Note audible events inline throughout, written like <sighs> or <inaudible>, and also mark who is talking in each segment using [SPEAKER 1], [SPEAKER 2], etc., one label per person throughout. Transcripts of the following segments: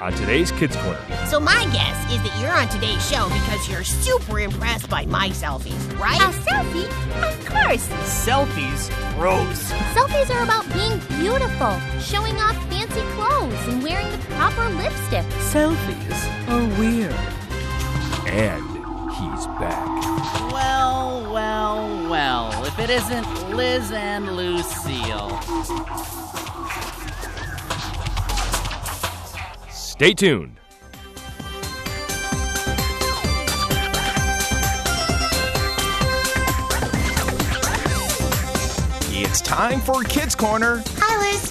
[SPEAKER 1] on today's Kids Corner.
[SPEAKER 2] So my guess is that you're on today's show because you're super impressed by my selfies, right?
[SPEAKER 3] A selfie? Of course.
[SPEAKER 4] Selfies? Gross.
[SPEAKER 3] Selfies are about being beautiful, showing off fancy clothes, and wearing the proper lipstick.
[SPEAKER 4] Selfies are weird.
[SPEAKER 1] And he's back.
[SPEAKER 5] Well, well, well. If it isn't Liz and Lucille.
[SPEAKER 1] Stay tuned.
[SPEAKER 6] It's time for Kids Corner
[SPEAKER 2] Hi, Liz.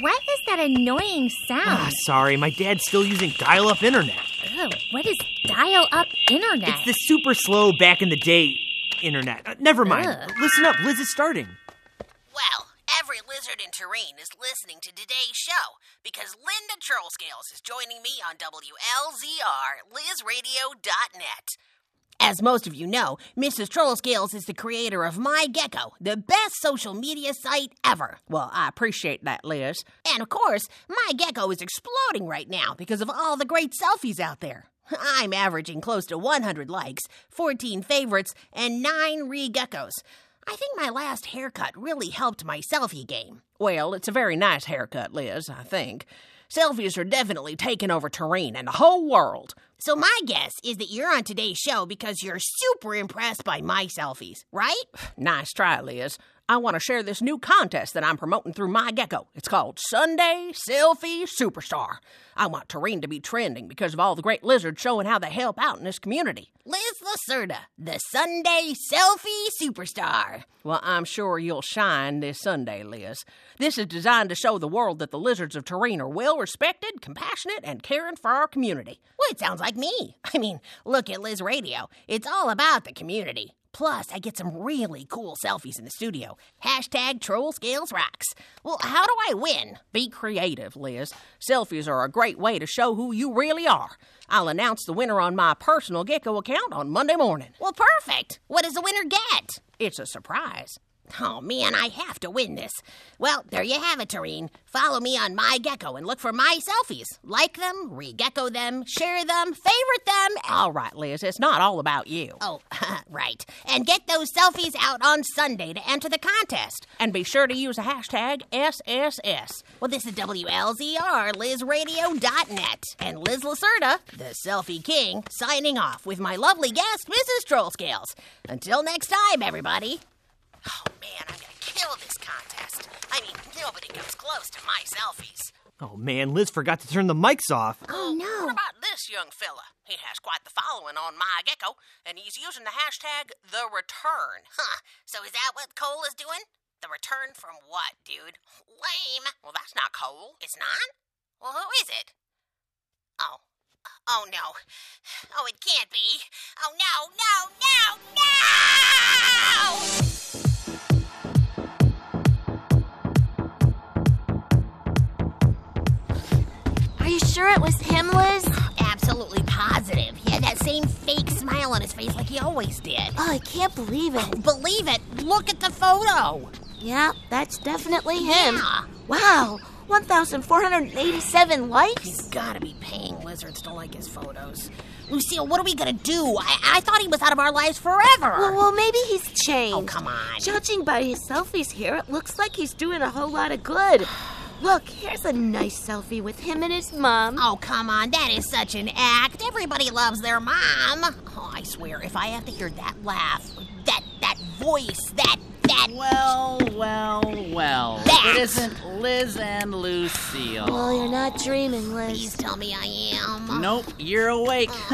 [SPEAKER 3] What is that annoying
[SPEAKER 4] Ah,
[SPEAKER 3] sound?
[SPEAKER 4] sorry, my dad's still using dial up internet.
[SPEAKER 3] Ugh, what is dial up internet?
[SPEAKER 4] It's the super slow back in the day internet. Uh, never mind.
[SPEAKER 3] Ugh.
[SPEAKER 4] Listen up, Liz is starting.
[SPEAKER 2] Well, every lizard in Terrain is listening to today's show because Linda Trollscales is joining me on WLZR, LizRadio.net. As most of you know, Mrs. Trollscales is the creator of My Gecko, the best social media site ever. Well, I appreciate that, Liz. And of course, My Gecko is exploding right now because of all the great selfies out there. I'm averaging close to 100 likes, 14 favorites, and 9 re geckos. I think my last haircut really helped my selfie game. Well, it's a very nice haircut, Liz, I think. Selfies are definitely taking over terrain and the whole world. So my guess is that you're on today's show because you're super impressed by my selfies, right? <sighs> nice try, Liz. I want to share this new contest that I'm promoting through my gecko. It's called Sunday Selfie Superstar. I want Terrain to be trending because of all the great lizards showing how they help out in this community. Liz Lacerda, the Sunday Selfie Superstar. Well, I'm sure you'll shine this Sunday, Liz. This is designed to show the world that the lizards of Terrain are well respected, compassionate, and caring for our community. Well, it sounds like me. I mean, look at Liz Radio. It's all about the community. Plus, I get some really cool selfies in the studio. Hashtag troll scales rocks. Well, how do I win? Be creative, Liz. Selfies are a great way to show who you really are. I'll announce the winner on my personal Gecko account on Monday morning. Well, perfect. What does the winner get? It's a surprise. Oh man, I have to win this. Well, there you have it, Tareen. Follow me on my gecko and look for my selfies. Like them, re-gecko them, share them, favorite them. All right, Liz, it's not all about you. Oh, right. And get those selfies out on Sunday to enter the contest. And be sure to use the hashtag SSS. Well, this is WLZR, LizRadio.net. And Liz Lacerda, the selfie king, signing off with my lovely guest, Mrs. Trollscales. Until next time, everybody. Oh man, I'm gonna kill this contest. I mean, nobody comes close to my selfies.
[SPEAKER 4] Oh man, Liz forgot to turn the mics off.
[SPEAKER 3] oh
[SPEAKER 2] What
[SPEAKER 3] no.
[SPEAKER 2] about this young fella? He has quite the following on My Gecko, and he's using the hashtag The Return. Huh, so is that what Cole is doing? The return from what, dude? Lame. Well, that's not Cole. It's not? Well, who is it? Oh. Oh no. Oh, it can't be. Oh no, no, no, no!
[SPEAKER 3] Are you sure it was him, Liz?
[SPEAKER 2] Absolutely positive. He had that same fake smile on his face like he always did.
[SPEAKER 3] Oh, I can't believe it.
[SPEAKER 2] Believe it. Look at the photo.
[SPEAKER 3] Yeah, that's definitely him.
[SPEAKER 2] Yeah.
[SPEAKER 3] Wow, 1,487 likes?
[SPEAKER 2] He's gotta be paying lizards to like his photos. Lucille, what are we gonna do? I, I thought he was out of our lives forever.
[SPEAKER 3] Well, well, maybe he's
[SPEAKER 2] oh,
[SPEAKER 3] changed.
[SPEAKER 2] come on.
[SPEAKER 3] Judging by his selfies here, it looks like he's doing a whole lot
[SPEAKER 2] <sighs>
[SPEAKER 3] of good. Look, here's a nice selfie with him and his mom.
[SPEAKER 2] Oh, come on. That is such an act. Everybody loves their mom. Oh, I swear, if I have to hear that laugh, that that voice, that that
[SPEAKER 5] Well, well, well.
[SPEAKER 2] That.
[SPEAKER 5] If it isn't Liz and Lucille.
[SPEAKER 3] Well, you're not dreaming,
[SPEAKER 2] please
[SPEAKER 3] Liz.
[SPEAKER 2] tell me I am.
[SPEAKER 5] Nope, you're awake. <laughs>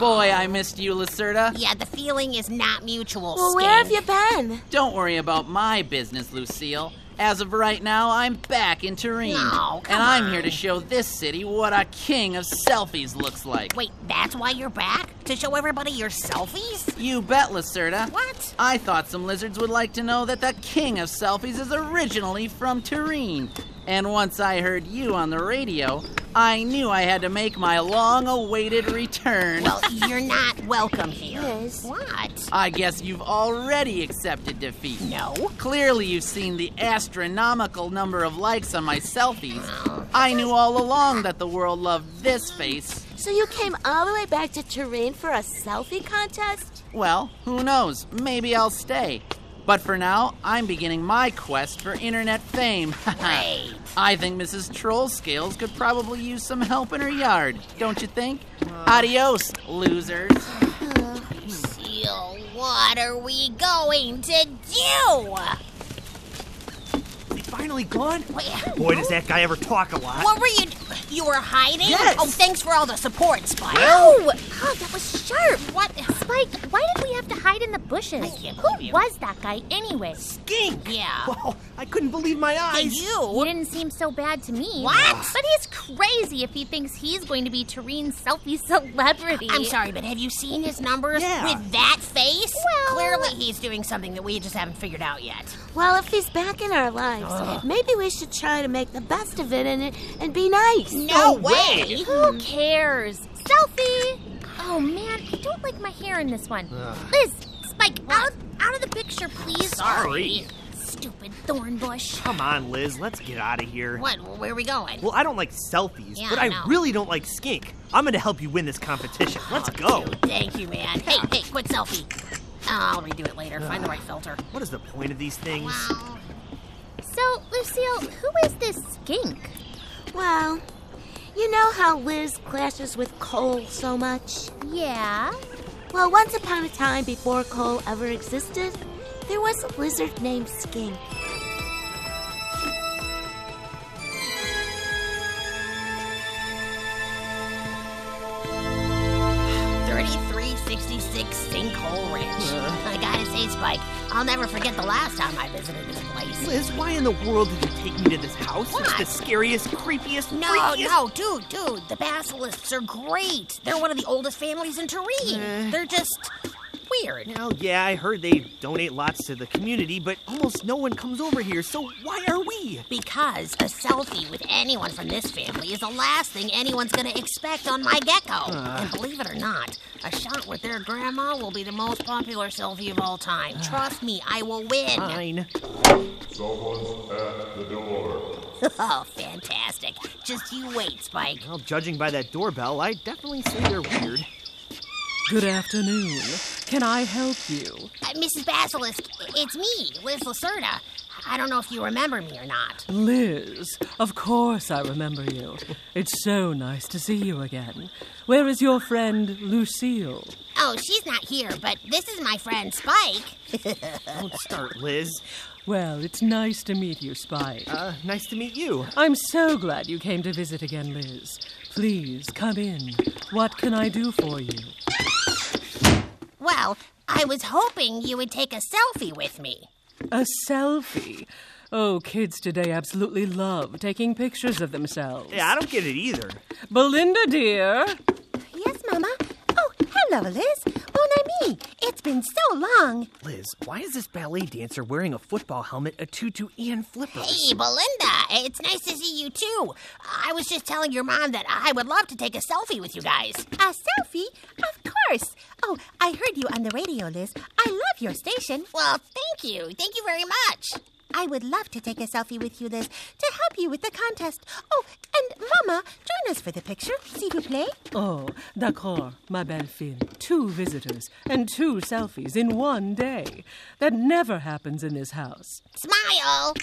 [SPEAKER 5] Boy, I missed you, Lacerda.
[SPEAKER 2] Yeah, the feeling is not mutual.
[SPEAKER 3] Well, where have
[SPEAKER 2] Skink.
[SPEAKER 3] you been?
[SPEAKER 5] Don't worry about my business, Lucille. As of right now, I'm back in Turin.
[SPEAKER 7] No, come
[SPEAKER 5] and I'm
[SPEAKER 7] on.
[SPEAKER 5] here to show this city what a king of selfies looks like.
[SPEAKER 7] Wait, that's why you're back? To show everybody your selfies?
[SPEAKER 5] You bet, Lacerda.
[SPEAKER 7] What?
[SPEAKER 5] I thought some lizards would like to know that the king of selfies is originally from Turin. And once I heard you on the radio, I knew I had to make my long awaited return.
[SPEAKER 7] Well, you're not welcome here.
[SPEAKER 3] Liz.
[SPEAKER 7] What?
[SPEAKER 5] I guess you've already accepted defeat.
[SPEAKER 7] No.
[SPEAKER 5] Clearly, you've seen the astronomical number of likes on my selfies. I knew all along that the world loved this face.
[SPEAKER 3] So you came all the way back to Turin for a selfie contest?
[SPEAKER 5] Well, who knows? Maybe I'll stay. But for now, I'm beginning my quest for internet fame. <laughs>
[SPEAKER 7] Great.
[SPEAKER 5] I think Mrs. Troll Scales could probably use some help in her yard, don't you think? Adios, losers.
[SPEAKER 7] Seal, what are we going to do?
[SPEAKER 4] Is he finally gone?
[SPEAKER 7] Wait,
[SPEAKER 4] Boy, does that guy ever talk a lot.
[SPEAKER 7] What were you? You were hiding?
[SPEAKER 4] Yes.
[SPEAKER 7] Oh, thanks for all the support, Spike.
[SPEAKER 8] Oh, God, that was sharp.
[SPEAKER 7] What?
[SPEAKER 8] Spike, why did we have to hide in the bushes?
[SPEAKER 7] I can't believe
[SPEAKER 8] Who
[SPEAKER 7] you.
[SPEAKER 8] was that guy anyway?
[SPEAKER 4] Skink!
[SPEAKER 7] Yeah.
[SPEAKER 4] Wow, I couldn't believe my eyes.
[SPEAKER 8] He didn't seem so bad to me.
[SPEAKER 7] What?
[SPEAKER 8] But he's crazy if he thinks he's going to be Turin's selfie celebrity.
[SPEAKER 7] I'm sorry, but have you seen his numbers
[SPEAKER 4] Yeah.
[SPEAKER 7] with that face?
[SPEAKER 8] Well-
[SPEAKER 7] Clearly, he's doing something that we just haven't figured out yet.
[SPEAKER 3] Well, if he's back in our lives,
[SPEAKER 8] Ah.
[SPEAKER 3] maybe we should try to make the best of it and and be nice.
[SPEAKER 7] No, way.
[SPEAKER 8] Who cares? Selfie! Oh man, I don't like my hair in this one. Liz, Spike, out, out of the picture, please.
[SPEAKER 4] Sorry.
[SPEAKER 8] Stupid thorn bush.
[SPEAKER 4] Come on, Liz, let's get out of here.
[SPEAKER 7] What? Where are we going?
[SPEAKER 4] Well, I don't like selfies,
[SPEAKER 7] Yeah,
[SPEAKER 4] but
[SPEAKER 7] I
[SPEAKER 4] I
[SPEAKER 7] know.
[SPEAKER 4] really don't like Skink. I'm gonna help you win this competition. Let's go.
[SPEAKER 7] Thank you, man. Hey, hey, quick selfie. I'll redo it later. Find the right filter.
[SPEAKER 4] What is the point of these things?
[SPEAKER 7] Wow.
[SPEAKER 8] So, Lucille, who is this skink?
[SPEAKER 3] Well, you know how Liz clashes with Cole so much?
[SPEAKER 8] Yeah.
[SPEAKER 3] Well, once upon a time, before Cole ever existed, there was a lizard named Skink.
[SPEAKER 7] Thirty-three sixty-six Sinkhole Ranch. I gotta say, Spike, I'll never forget the last time I visited this place.
[SPEAKER 4] Liz, why in the world did you take me to this house? It's
[SPEAKER 7] What?
[SPEAKER 4] the scariest, creepiest,
[SPEAKER 7] No,
[SPEAKER 4] freakiest-
[SPEAKER 7] no, dude, dude, the basilisks are great. They're one of the oldest families in Turin. They're just weird.
[SPEAKER 4] Well, yeah, I heard they donate lots to the community, but almost no one comes over here, so why are we?
[SPEAKER 7] Because a selfie with anyone from this family is the last thing anyone's gonna expect on my gecko. and believe it or not, a shot with their grandma will be the most popular selfie of all time. Trust me, I will win.
[SPEAKER 4] Fine.
[SPEAKER 9] Someone's at the door.
[SPEAKER 7] <laughs> Oh, fantastic. Just you wait, Spike.
[SPEAKER 4] Well, judging by that doorbell, I definitely say they're weird.
[SPEAKER 2] Good afternoon. Can I help you?
[SPEAKER 7] Uh, Mrs. Basilisk, it's me, Liz Lacerda. I don't know if you remember me or not.
[SPEAKER 2] Liz, of course I remember you. It's so nice to see you again. Where is your friend Lucille?
[SPEAKER 7] Oh, she's not here, but this is my friend Spike.
[SPEAKER 4] Don't start, Liz.
[SPEAKER 2] Well, it's nice to meet you, Spike.
[SPEAKER 4] Uh, nice to meet you.
[SPEAKER 2] I'm so glad you came to visit again, Liz. Please come in. What can I do for you?
[SPEAKER 7] Well, I was hoping you would take a selfie with me.
[SPEAKER 2] A selfie. Oh, kids today absolutely love taking pictures of themselves.
[SPEAKER 4] Yeah, I don't get it either.
[SPEAKER 2] Belinda, dear.
[SPEAKER 8] Yes, Mama. Oh, hello, Liz. Bon ami. It's been so long.
[SPEAKER 4] Liz, why is this ballet dancer wearing a football helmet, a tutu, and flippers?
[SPEAKER 7] Hey, Belinda, it's nice to see you too. I was just telling your mom that I would love to take a selfie with you guys.
[SPEAKER 8] A selfie? Of course. Oh, I heard you on the radio, Liz. I love your station.
[SPEAKER 7] Well, thank you. Thank you very much.
[SPEAKER 8] I would love to take a selfie with you, Liz, to help you with the contest. Oh, and Mama, join us for the picture, s'il vous plaît.
[SPEAKER 2] Oh, d'accord, ma belle fille. Two visitors and two selfies in one day. That never happens in this house.
[SPEAKER 7] Smile.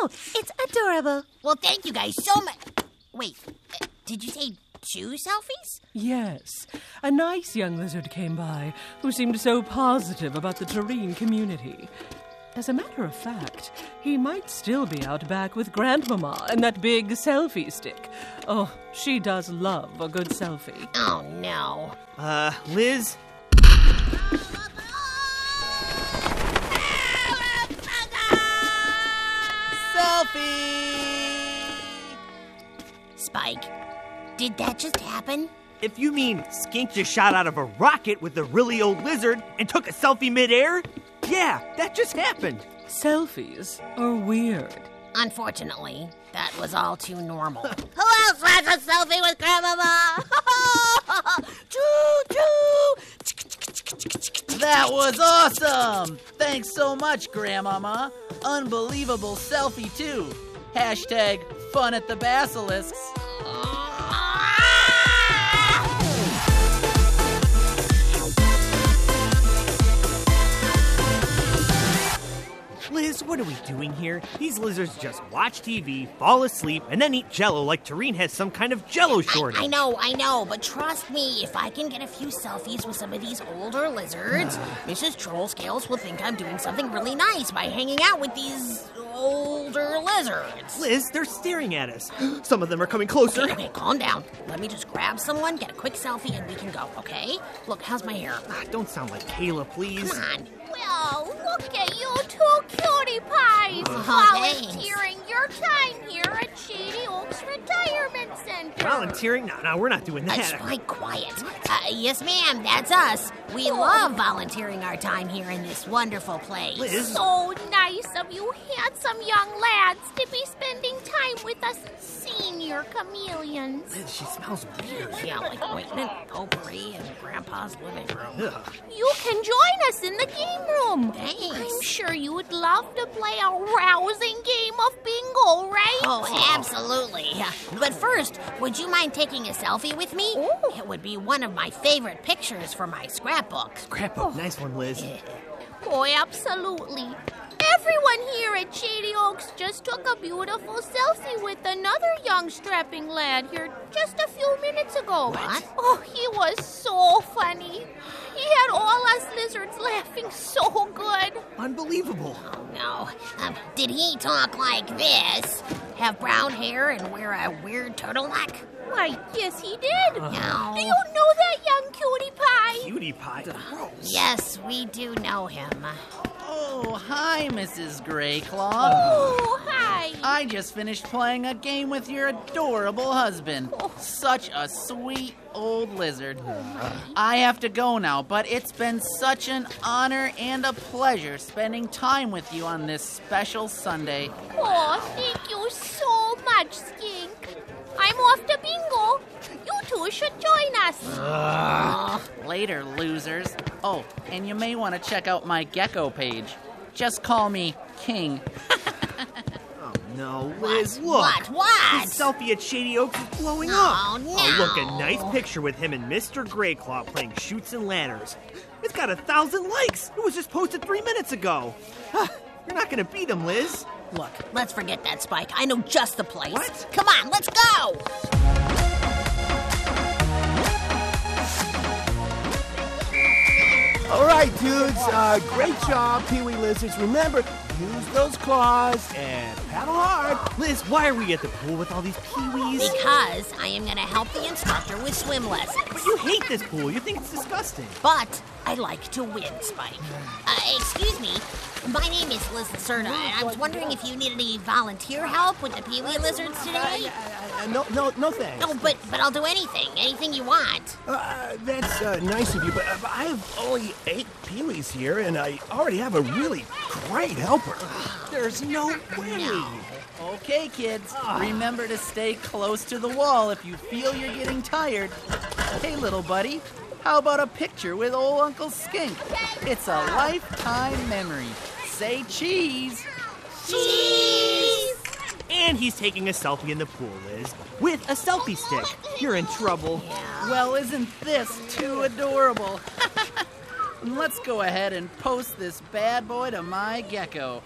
[SPEAKER 8] Oh, it's adorable.
[SPEAKER 7] Well, thank you guys so much. Wait, uh, did you say two selfies?
[SPEAKER 2] Yes, a nice young lizard came by who seemed so positive about the Turin community. As a matter of fact, he might still be out back with Grandmama and that big selfie stick. Oh, she does love a good selfie.
[SPEAKER 7] Oh, no.
[SPEAKER 4] Uh, Liz,
[SPEAKER 5] Selfie!
[SPEAKER 7] Spike, did that just happen?
[SPEAKER 4] If you mean Skink just shot out of a rocket with a really old lizard and took a selfie midair, yeah, that just happened.
[SPEAKER 2] Selfies are weird.
[SPEAKER 7] Unfortunately, that was all too normal. <laughs> Who else wants a selfie with Grandmama? <laughs> choo choo!
[SPEAKER 5] That was awesome! Thanks so much, Grandmama. Unbelievable selfie, too. Hashtag fun at the basilisks.
[SPEAKER 4] Liz, what are we doing here? These lizards just watch TV, fall asleep, and then eat jello like Tareen has some kind of jello shortage.
[SPEAKER 7] I know, I know, but trust me, if I can get a few selfies with some of these older lizards, Mrs. Troll Scales will think I'm doing something really nice by hanging out with these older lizards.
[SPEAKER 4] Liz, they're staring at us. Some of them are coming closer.
[SPEAKER 7] <laughs> Okay, calm down. Let me just grab someone, get a quick selfie, and we can go, okay? Look, how's my hair?
[SPEAKER 4] Ah, don't sound like Kayla, please.
[SPEAKER 7] Come on.
[SPEAKER 8] Well, look at you two cutie pies volunteering your time here at Shady Oaks Retirement Center.
[SPEAKER 4] Volunteering? No, no, we're not doing
[SPEAKER 7] Uh,
[SPEAKER 4] that.
[SPEAKER 7] Spike, quiet. Uh, yes, ma'am, that's us. We love volunteering our time here in this wonderful place.
[SPEAKER 4] Liz,
[SPEAKER 8] So nice of you handsome young lads to be spending time with us senior chameleons.
[SPEAKER 4] Liz, she smells weird.
[SPEAKER 7] Yeah, like waiting in potpourri in Grandpa's living room.
[SPEAKER 4] Ugh.
[SPEAKER 8] You can join us in the game room. I'm
[SPEAKER 7] Thanks.
[SPEAKER 8] sure you would love to play a rousing game of bingo, right?
[SPEAKER 7] Oh, absolutely. But first, would you mind taking a selfie with me?
[SPEAKER 8] Ooh.
[SPEAKER 7] It would be one of my favorite pictures for my scrapbook.
[SPEAKER 4] Scrapbook, nice one, Liz.
[SPEAKER 8] Oh, absolutely. Everyone here at Shady Oaks just took a beautiful selfie with another young strapping lad here just a few minutes ago.
[SPEAKER 7] What?
[SPEAKER 8] Oh, he was so funny. He had all us lizards laughing so good.
[SPEAKER 4] Unbelievable.
[SPEAKER 7] No. Um, did he talk like this? Have brown hair and wear a weird turtleneck?
[SPEAKER 8] Why, yes, he did.
[SPEAKER 7] No.
[SPEAKER 8] Do you know that young cutie pie?
[SPEAKER 4] Cutie pie. Gross.
[SPEAKER 7] Yes, we do know him.
[SPEAKER 5] Oh, hi, Mrs. Greyclaw.
[SPEAKER 8] Oh, hi.
[SPEAKER 5] I just finished playing a game with your adorable husband. Such a sweet old lizard. I have to go now, but it's been such an honor and a pleasure spending time with you on this special Sunday.
[SPEAKER 8] Oh, thank you so much, Skink. I'm off to bingo. You two should join us.
[SPEAKER 5] Later, losers. Oh, and you may want to check out my gecko page. Just call me King.
[SPEAKER 4] No, Liz, look.
[SPEAKER 7] What? What?
[SPEAKER 4] His selfie at Shady Oaks is blowing
[SPEAKER 7] Oh,
[SPEAKER 4] up.
[SPEAKER 7] no.
[SPEAKER 4] Oh, look, a nice picture with him and Mr. Greyclaw playing shoots and ladders. It's got a thousand likes. It was just posted three minutes ago. <sighs> Huh, You're not going to beat him, Liz.
[SPEAKER 7] Look, let's forget that spike. I know just the place.
[SPEAKER 4] What?
[SPEAKER 7] Come on, let's go!
[SPEAKER 10] All right, dudes. Uh, great job, Pee Wee Lizards. Remember, use those claws and paddle hard.
[SPEAKER 4] Liz, why are we at the pool with all these peewees?
[SPEAKER 7] Because I am going to help the instructor with swim lessons.
[SPEAKER 4] You hate this pool. You think it's disgusting.
[SPEAKER 7] But I like to win, Spike. Uh, excuse me. My name is Liz Lacerda, and I was wondering if you need any volunteer help with the Pee Wee Lizards today?
[SPEAKER 10] Uh, no, no, no thanks.
[SPEAKER 7] No, but, but I'll do anything, anything you want.
[SPEAKER 10] Uh, that's uh, nice of you, but uh, I have only eight Pee Wees here, and I already have a really great helper.
[SPEAKER 4] <sighs> There's no way.
[SPEAKER 5] Okay, kids, remember to stay close to the wall if you feel you're getting tired. Hey, little buddy, how about a picture with old Uncle Skink? It's a lifetime memory. Say cheese.
[SPEAKER 4] And he's taking a selfie in the pool, Liz, with a selfie stick. You're in trouble.
[SPEAKER 5] Well, isn't this too adorable? <laughs> Let's go ahead and post this bad boy to my gecko.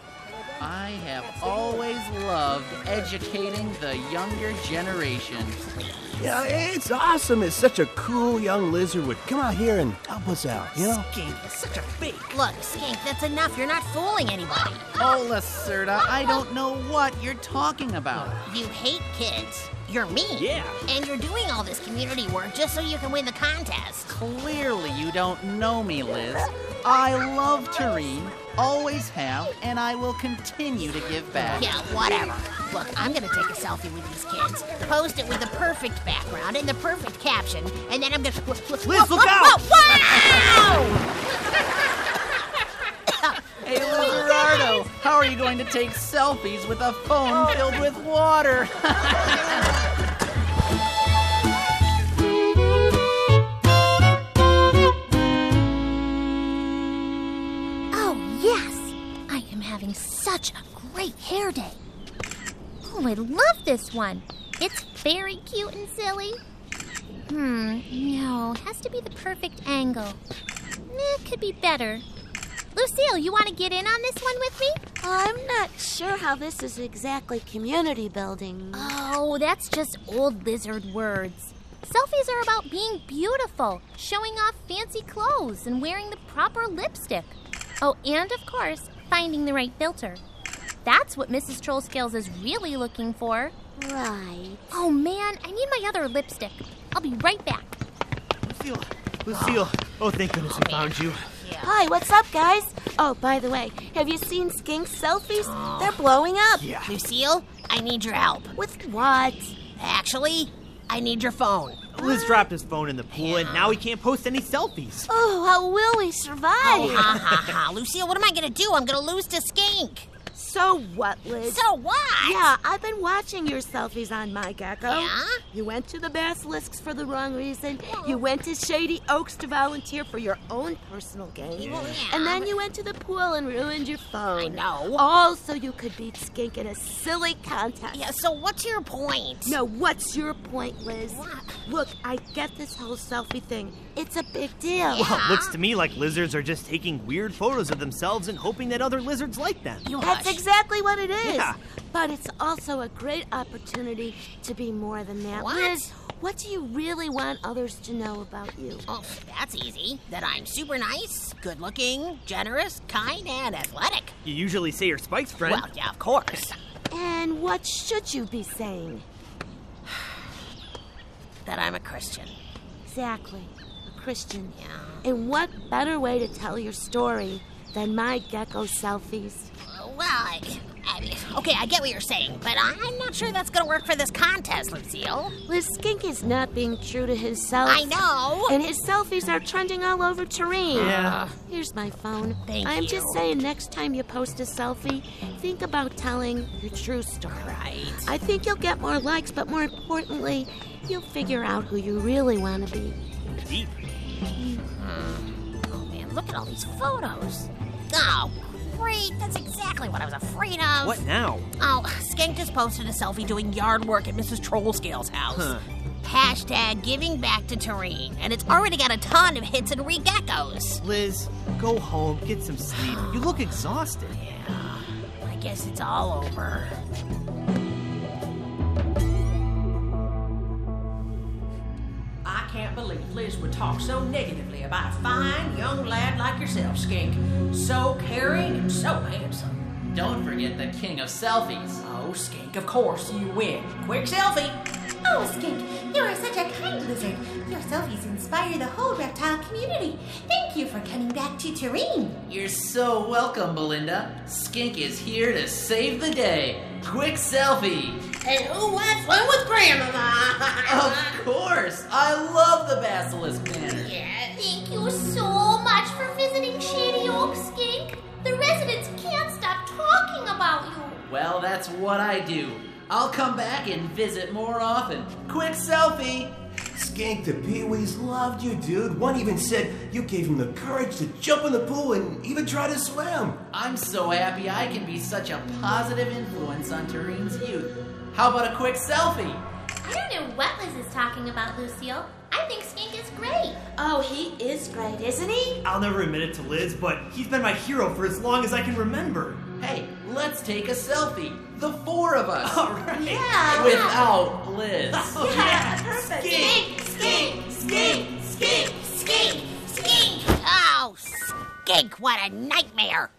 [SPEAKER 5] I have always loved educating the younger generation.
[SPEAKER 10] Yeah, it's awesome. It's such a cool young lizard would come out here and help us out, you know?
[SPEAKER 4] Skink is such a fake.
[SPEAKER 7] Look, Skink, that's enough. You're not fooling anybody.
[SPEAKER 5] Oh, Lacerda, I don't know what you're talking about.
[SPEAKER 7] You hate kids. You're mean.
[SPEAKER 4] Yeah.
[SPEAKER 7] And you're doing all this community work just so you can win the contest.
[SPEAKER 5] Clearly, you don't know me, Liz. I love Tureen, always have, and I will continue to give back.
[SPEAKER 7] Yeah, whatever. Look, I'm gonna take a selfie with these kids, post it with the perfect background and the perfect caption, and then I'm gonna. <laughs> Liz,
[SPEAKER 5] look out! Hey, Lizardo, how are you going to take selfies with a phone filled with water?
[SPEAKER 8] Oh, yes! I am having such a great hair day. Oh, I love this one. It's very cute and silly. Hmm, no, has to be the perfect angle. It could be better. Lucille, you want to get in on this one with me?
[SPEAKER 3] I'm not sure how this is exactly community building.
[SPEAKER 8] Oh, that's just old lizard words. Selfies are about being beautiful, showing off fancy clothes, and wearing the proper lipstick. Oh, and of course, finding the right filter. That's what Mrs. Trollscales is really looking for.
[SPEAKER 3] Right.
[SPEAKER 8] Oh man, I need my other lipstick. I'll be right back.
[SPEAKER 4] Lucille, Lucille. Oh, thank goodness we found you.
[SPEAKER 3] Hi, what's up, guys? Oh, by the way, have you seen Skink's selfies? They're blowing up.
[SPEAKER 4] Yeah.
[SPEAKER 7] Lucille, I need your help.
[SPEAKER 3] With what?
[SPEAKER 7] Actually, I need your phone.
[SPEAKER 4] Liz dropped his phone in the pool, and now he can't post any selfies.
[SPEAKER 3] Oh, how will we survive?
[SPEAKER 7] Ha ha ha. Lucille, what am I gonna do? I'm gonna lose to Skink.
[SPEAKER 3] So what, Liz?
[SPEAKER 7] So what?
[SPEAKER 3] yeah, I've been watching your selfies on my gecko.
[SPEAKER 7] Yeah?
[SPEAKER 3] You went to the basilisks for the wrong reason. You went to Shady Oaks to volunteer for your own personal gain.
[SPEAKER 7] Well, yeah,
[SPEAKER 3] And then you went to the pool and ruined your phone.
[SPEAKER 7] I know.
[SPEAKER 3] All so you could beat Skink in a silly contest.
[SPEAKER 7] Yeah, so what's your point?
[SPEAKER 3] No, what's your point, Liz?
[SPEAKER 7] What?
[SPEAKER 3] Look, I get this whole selfie thing. It's a big deal.
[SPEAKER 4] Well, it looks to me like lizards are just taking weird photos of themselves and hoping that other lizards like them.
[SPEAKER 7] You
[SPEAKER 3] That's
[SPEAKER 7] hush.
[SPEAKER 3] exactly what it is.
[SPEAKER 4] Yeah.
[SPEAKER 3] But it's also a great opportunity to be more than that.
[SPEAKER 7] What?
[SPEAKER 3] Liz, what do you really want others to know about you?
[SPEAKER 7] Oh, that's easy. That I'm super nice, good looking, generous, kind, and athletic.
[SPEAKER 4] You usually say your spikes, friend.
[SPEAKER 7] Well, yeah, of course.
[SPEAKER 3] And what should you be saying?
[SPEAKER 7] That I'm a Christian.
[SPEAKER 3] Exactly. A Christian.
[SPEAKER 7] Yeah.
[SPEAKER 3] And what better way to tell your story than my gecko selfies?
[SPEAKER 7] Well, I, I mean, okay, I get what you're saying, but I'm not sure that's gonna work for this contest, Lucille.
[SPEAKER 3] Liz Skink is not being true to himself.
[SPEAKER 7] I know.
[SPEAKER 3] And his selfies are trending all over Terrain.
[SPEAKER 4] Yeah.
[SPEAKER 3] Here's my phone.
[SPEAKER 7] Thank
[SPEAKER 3] I'm just
[SPEAKER 7] you.
[SPEAKER 3] saying, next time you post a selfie, think about telling your true story.
[SPEAKER 7] Right.
[SPEAKER 3] I think you'll get more likes, but more importantly, you'll figure out who you really want to be.
[SPEAKER 4] Deep.
[SPEAKER 7] Oh man, look at all these photos. Oh, great! That's exactly what I was afraid of.
[SPEAKER 4] What now?
[SPEAKER 7] Oh, Skank just posted a selfie doing yard work at Mrs. Trollscale's house.
[SPEAKER 4] Huh.
[SPEAKER 7] Hashtag giving back to Terrain, and it's already got a ton of hits and re-geckos.
[SPEAKER 4] Liz, go home, get some sleep. You look exhausted.
[SPEAKER 7] I guess it's all over.
[SPEAKER 11] I can't believe Liz would talk so negatively about a fine young lad like yourself, Skink. So caring and so handsome.
[SPEAKER 5] Don't forget the king of selfies.
[SPEAKER 11] Oh, Skink, of course you win. Quick selfie.
[SPEAKER 8] Oh, Skink, you are such a kind lizard. Your selfies inspire the whole reptile community. Thank you for coming back to Tureen.
[SPEAKER 5] You're so welcome, Belinda. Skink is here to save the day. Quick selfie.
[SPEAKER 11] And
[SPEAKER 8] Oh,
[SPEAKER 11] who wants one with Grandmama?
[SPEAKER 5] Of course, I love the basilisk banner.
[SPEAKER 8] Thank you so much for visiting Shady Oak, Skink. The residents can't stop talking about you.
[SPEAKER 5] Well, that's what I do. I'll come back and visit more often. Quick selfie.
[SPEAKER 12] Skank the Pee-wees loved you, dude. One even said you gave him the courage to jump in the pool and even try to swim.
[SPEAKER 5] I'm so happy I can be such a positive influence on Tareen's youth. How about a quick selfie?
[SPEAKER 8] I don't know what Liz is talking about, Lucille. I think Skink is great.
[SPEAKER 3] Oh, he is great, isn't he?
[SPEAKER 4] I'll never admit it to Liz, but he's been my hero for as long as I can remember.
[SPEAKER 5] Hey, let's take a selfie. The four of us.
[SPEAKER 4] All right.
[SPEAKER 3] Yeah.
[SPEAKER 5] Without <laughs> Liz.
[SPEAKER 3] perfect.
[SPEAKER 8] Skink, Skink, Skink, Skink, Skink, Skink.
[SPEAKER 7] Oh, Skink, what a nightmare!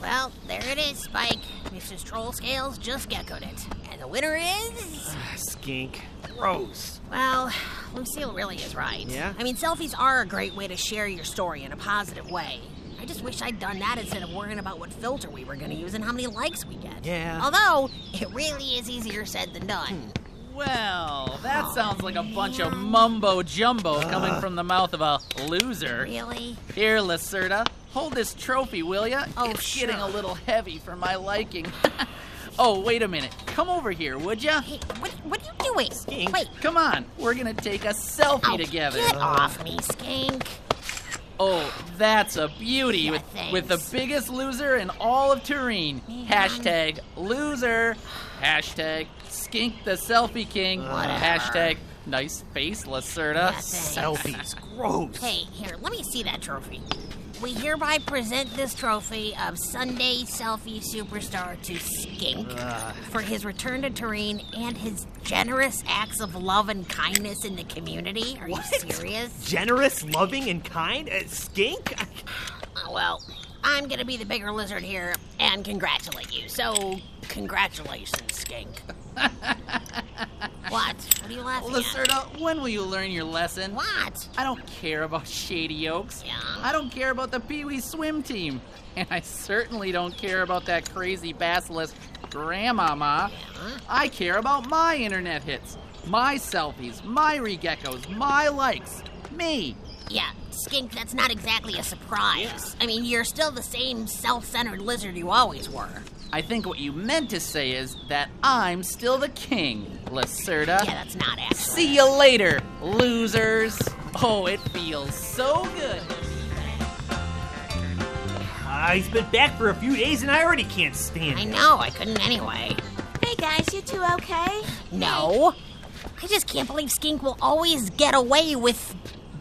[SPEAKER 7] Well, there it is, Spike. Mrs. Trollscales just geckoed it. And the winner is.
[SPEAKER 4] Skink.
[SPEAKER 10] gross.
[SPEAKER 7] Well, Lucille really is right.
[SPEAKER 10] Yeah?
[SPEAKER 7] I mean, selfies are a great way to share your story in a positive way. I just wish I'd done that instead of worrying about what filter we were going to use and how many likes we get.
[SPEAKER 5] Yeah. Hmm.
[SPEAKER 7] Although, it really is easier said than done.
[SPEAKER 5] Well, that sounds like a bunch of mumbo jumbo coming from the mouth of a loser.
[SPEAKER 7] Really?
[SPEAKER 5] Here, Lacerda, hold this trophy, will ya?
[SPEAKER 7] Oh,
[SPEAKER 5] it's getting a little heavy for my liking. <laughs> oh, wait a minute. Come over here, would ya? Hey,
[SPEAKER 7] what, what are you doing? Wait. Oh,
[SPEAKER 5] Come on. We're gonna take a selfie together.
[SPEAKER 7] Get off me, Skink.
[SPEAKER 5] Oh, that's a beauty with, with the biggest loser in all of Turin. Hashtag loser. Hashtag skink the selfie king. Hashtag nice face, Lacerda.
[SPEAKER 7] Selfies, Hey, here, let me see that trophy. We hereby present this trophy of Sunday Selfie Superstar to Skink for his return to Turin and his generous acts of love and kindness in the community. Are you serious?
[SPEAKER 4] Generous, loving, and kind? Uh, skink?
[SPEAKER 7] Oh, well, I'm gonna be the bigger lizard here and congratulate you. So, congratulations, Skink. what? What are you laughing at?
[SPEAKER 5] Lacerda, when will you learn your lesson?
[SPEAKER 7] What?
[SPEAKER 5] I don't care about <laughs> Shady Oaks.
[SPEAKER 7] Yeah.
[SPEAKER 5] I don't care about the Pee Wee swim team. <laughs> And I certainly don't care about that crazy basilisk grandmama. I care about my internet hits, my selfies, my regeckos, my likes, me.
[SPEAKER 7] Yeah, Skink, that's not exactly a surprise. I mean, you're still the same self centered lizard you always were.
[SPEAKER 5] I think what you meant to say is that I'm still the king, Lacerda.
[SPEAKER 7] Yeah, that's not accurate.
[SPEAKER 5] See you later, losers. Oh, it feels so good.
[SPEAKER 4] Uh, he's been back for a few days and I already can't stand
[SPEAKER 7] I
[SPEAKER 4] him.
[SPEAKER 7] know, I couldn't anyway.
[SPEAKER 3] Hey guys, you two okay?
[SPEAKER 7] No. I just can't believe Skink will always get away with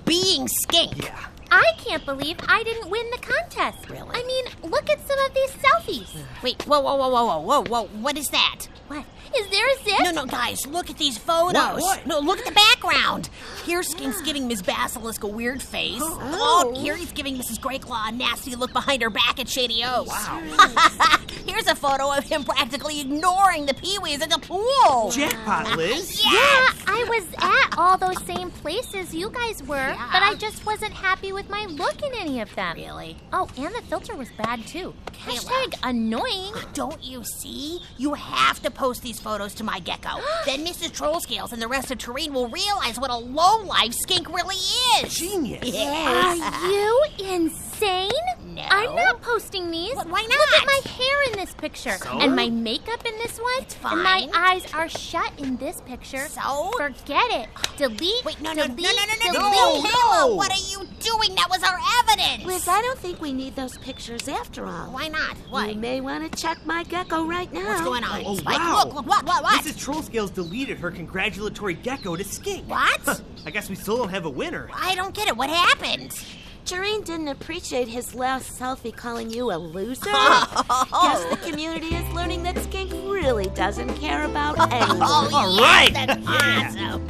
[SPEAKER 7] being Skink. Yeah.
[SPEAKER 8] I can't believe I didn't win the contest. Really? I mean, look at some of these selfies.
[SPEAKER 7] Wait, whoa, whoa, whoa, whoa, whoa, whoa, whoa. What is that?
[SPEAKER 8] What? Is there a zip?
[SPEAKER 7] No, no, guys, look at these photos.
[SPEAKER 8] What, what?
[SPEAKER 7] No, look at the background. Here, Skink's giving Miss Basilisk a weird face.
[SPEAKER 8] Oh.
[SPEAKER 7] here he's giving Mrs. Greyclaw a nasty look behind her back at Shady Oaks. Wow. <laughs> Here's a photo of him practically ignoring the peewees at the pool.
[SPEAKER 4] Jackpot, Liz.
[SPEAKER 8] Yeah, I was at all those same places you guys were, but I just wasn't happy with my look in any of them.
[SPEAKER 7] Really?
[SPEAKER 8] Oh, and the filter was bad too. Hashtag annoying.
[SPEAKER 7] Don't you see? You have to post these photos to my
[SPEAKER 8] <gasps>
[SPEAKER 7] gecko. then Mrs. Trollscales and the rest of Terrain will realize what a low life Skink really is.
[SPEAKER 4] Genius.
[SPEAKER 7] Yes.
[SPEAKER 8] Are you insane?
[SPEAKER 7] No.
[SPEAKER 8] I'm not posting these.
[SPEAKER 7] why
[SPEAKER 8] Look
[SPEAKER 7] not?
[SPEAKER 8] at my hair in this picture,
[SPEAKER 7] So?
[SPEAKER 8] and my makeup in this one, and my
[SPEAKER 7] fine.
[SPEAKER 8] eyes are shut in this picture.
[SPEAKER 7] So?
[SPEAKER 8] Forget it. Delete. Wait,
[SPEAKER 7] no, no,
[SPEAKER 8] delete,
[SPEAKER 7] no, no, no, no,
[SPEAKER 8] delete.
[SPEAKER 7] Kayla, what are you doing? That was our evidence.
[SPEAKER 3] Liz, I don't think we need those pictures after all.
[SPEAKER 7] Why not? Why?
[SPEAKER 3] You may want to check my gecko right now.
[SPEAKER 7] What's going on?
[SPEAKER 4] Oh,
[SPEAKER 7] Spike,
[SPEAKER 4] wow.
[SPEAKER 7] look, look, what, what, what?
[SPEAKER 4] Mrs. Trollscales deleted her congratulatory gecko to Skink.
[SPEAKER 7] What?
[SPEAKER 4] I guess we still don't have a winner.
[SPEAKER 7] I don't get it. What happened?
[SPEAKER 3] Jareen didn't appreciate his last selfie calling you a loser. Guess the community is learning that Skink really doesn't care about anyone.
[SPEAKER 7] Oh, yes,
[SPEAKER 4] right.
[SPEAKER 7] <laughs> That's awesome.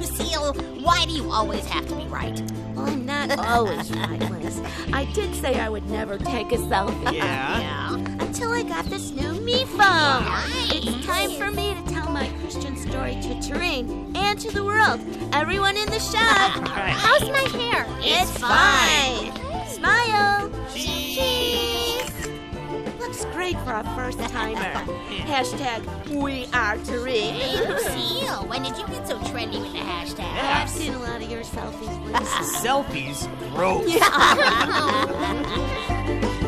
[SPEAKER 7] Lucille, why do you always have to be right?
[SPEAKER 3] Well, I'm not always right, Liz. I did say I would never take a selfie.
[SPEAKER 4] Yeah.
[SPEAKER 3] Until I got this new me phone. It's time for me to tell my Christian story to Terrain and to the world. Everyone in the shop.
[SPEAKER 8] How's my hair?
[SPEAKER 3] It's fine. Smile. Cheese. Looks great for a first timer. Hashtag we are
[SPEAKER 7] Hey,
[SPEAKER 3] Terrain.
[SPEAKER 7] Lucille, when did you get so trendy with the hashtag?
[SPEAKER 3] I've seen a lot of your selfies, Liz.
[SPEAKER 4] Selfies? Gross.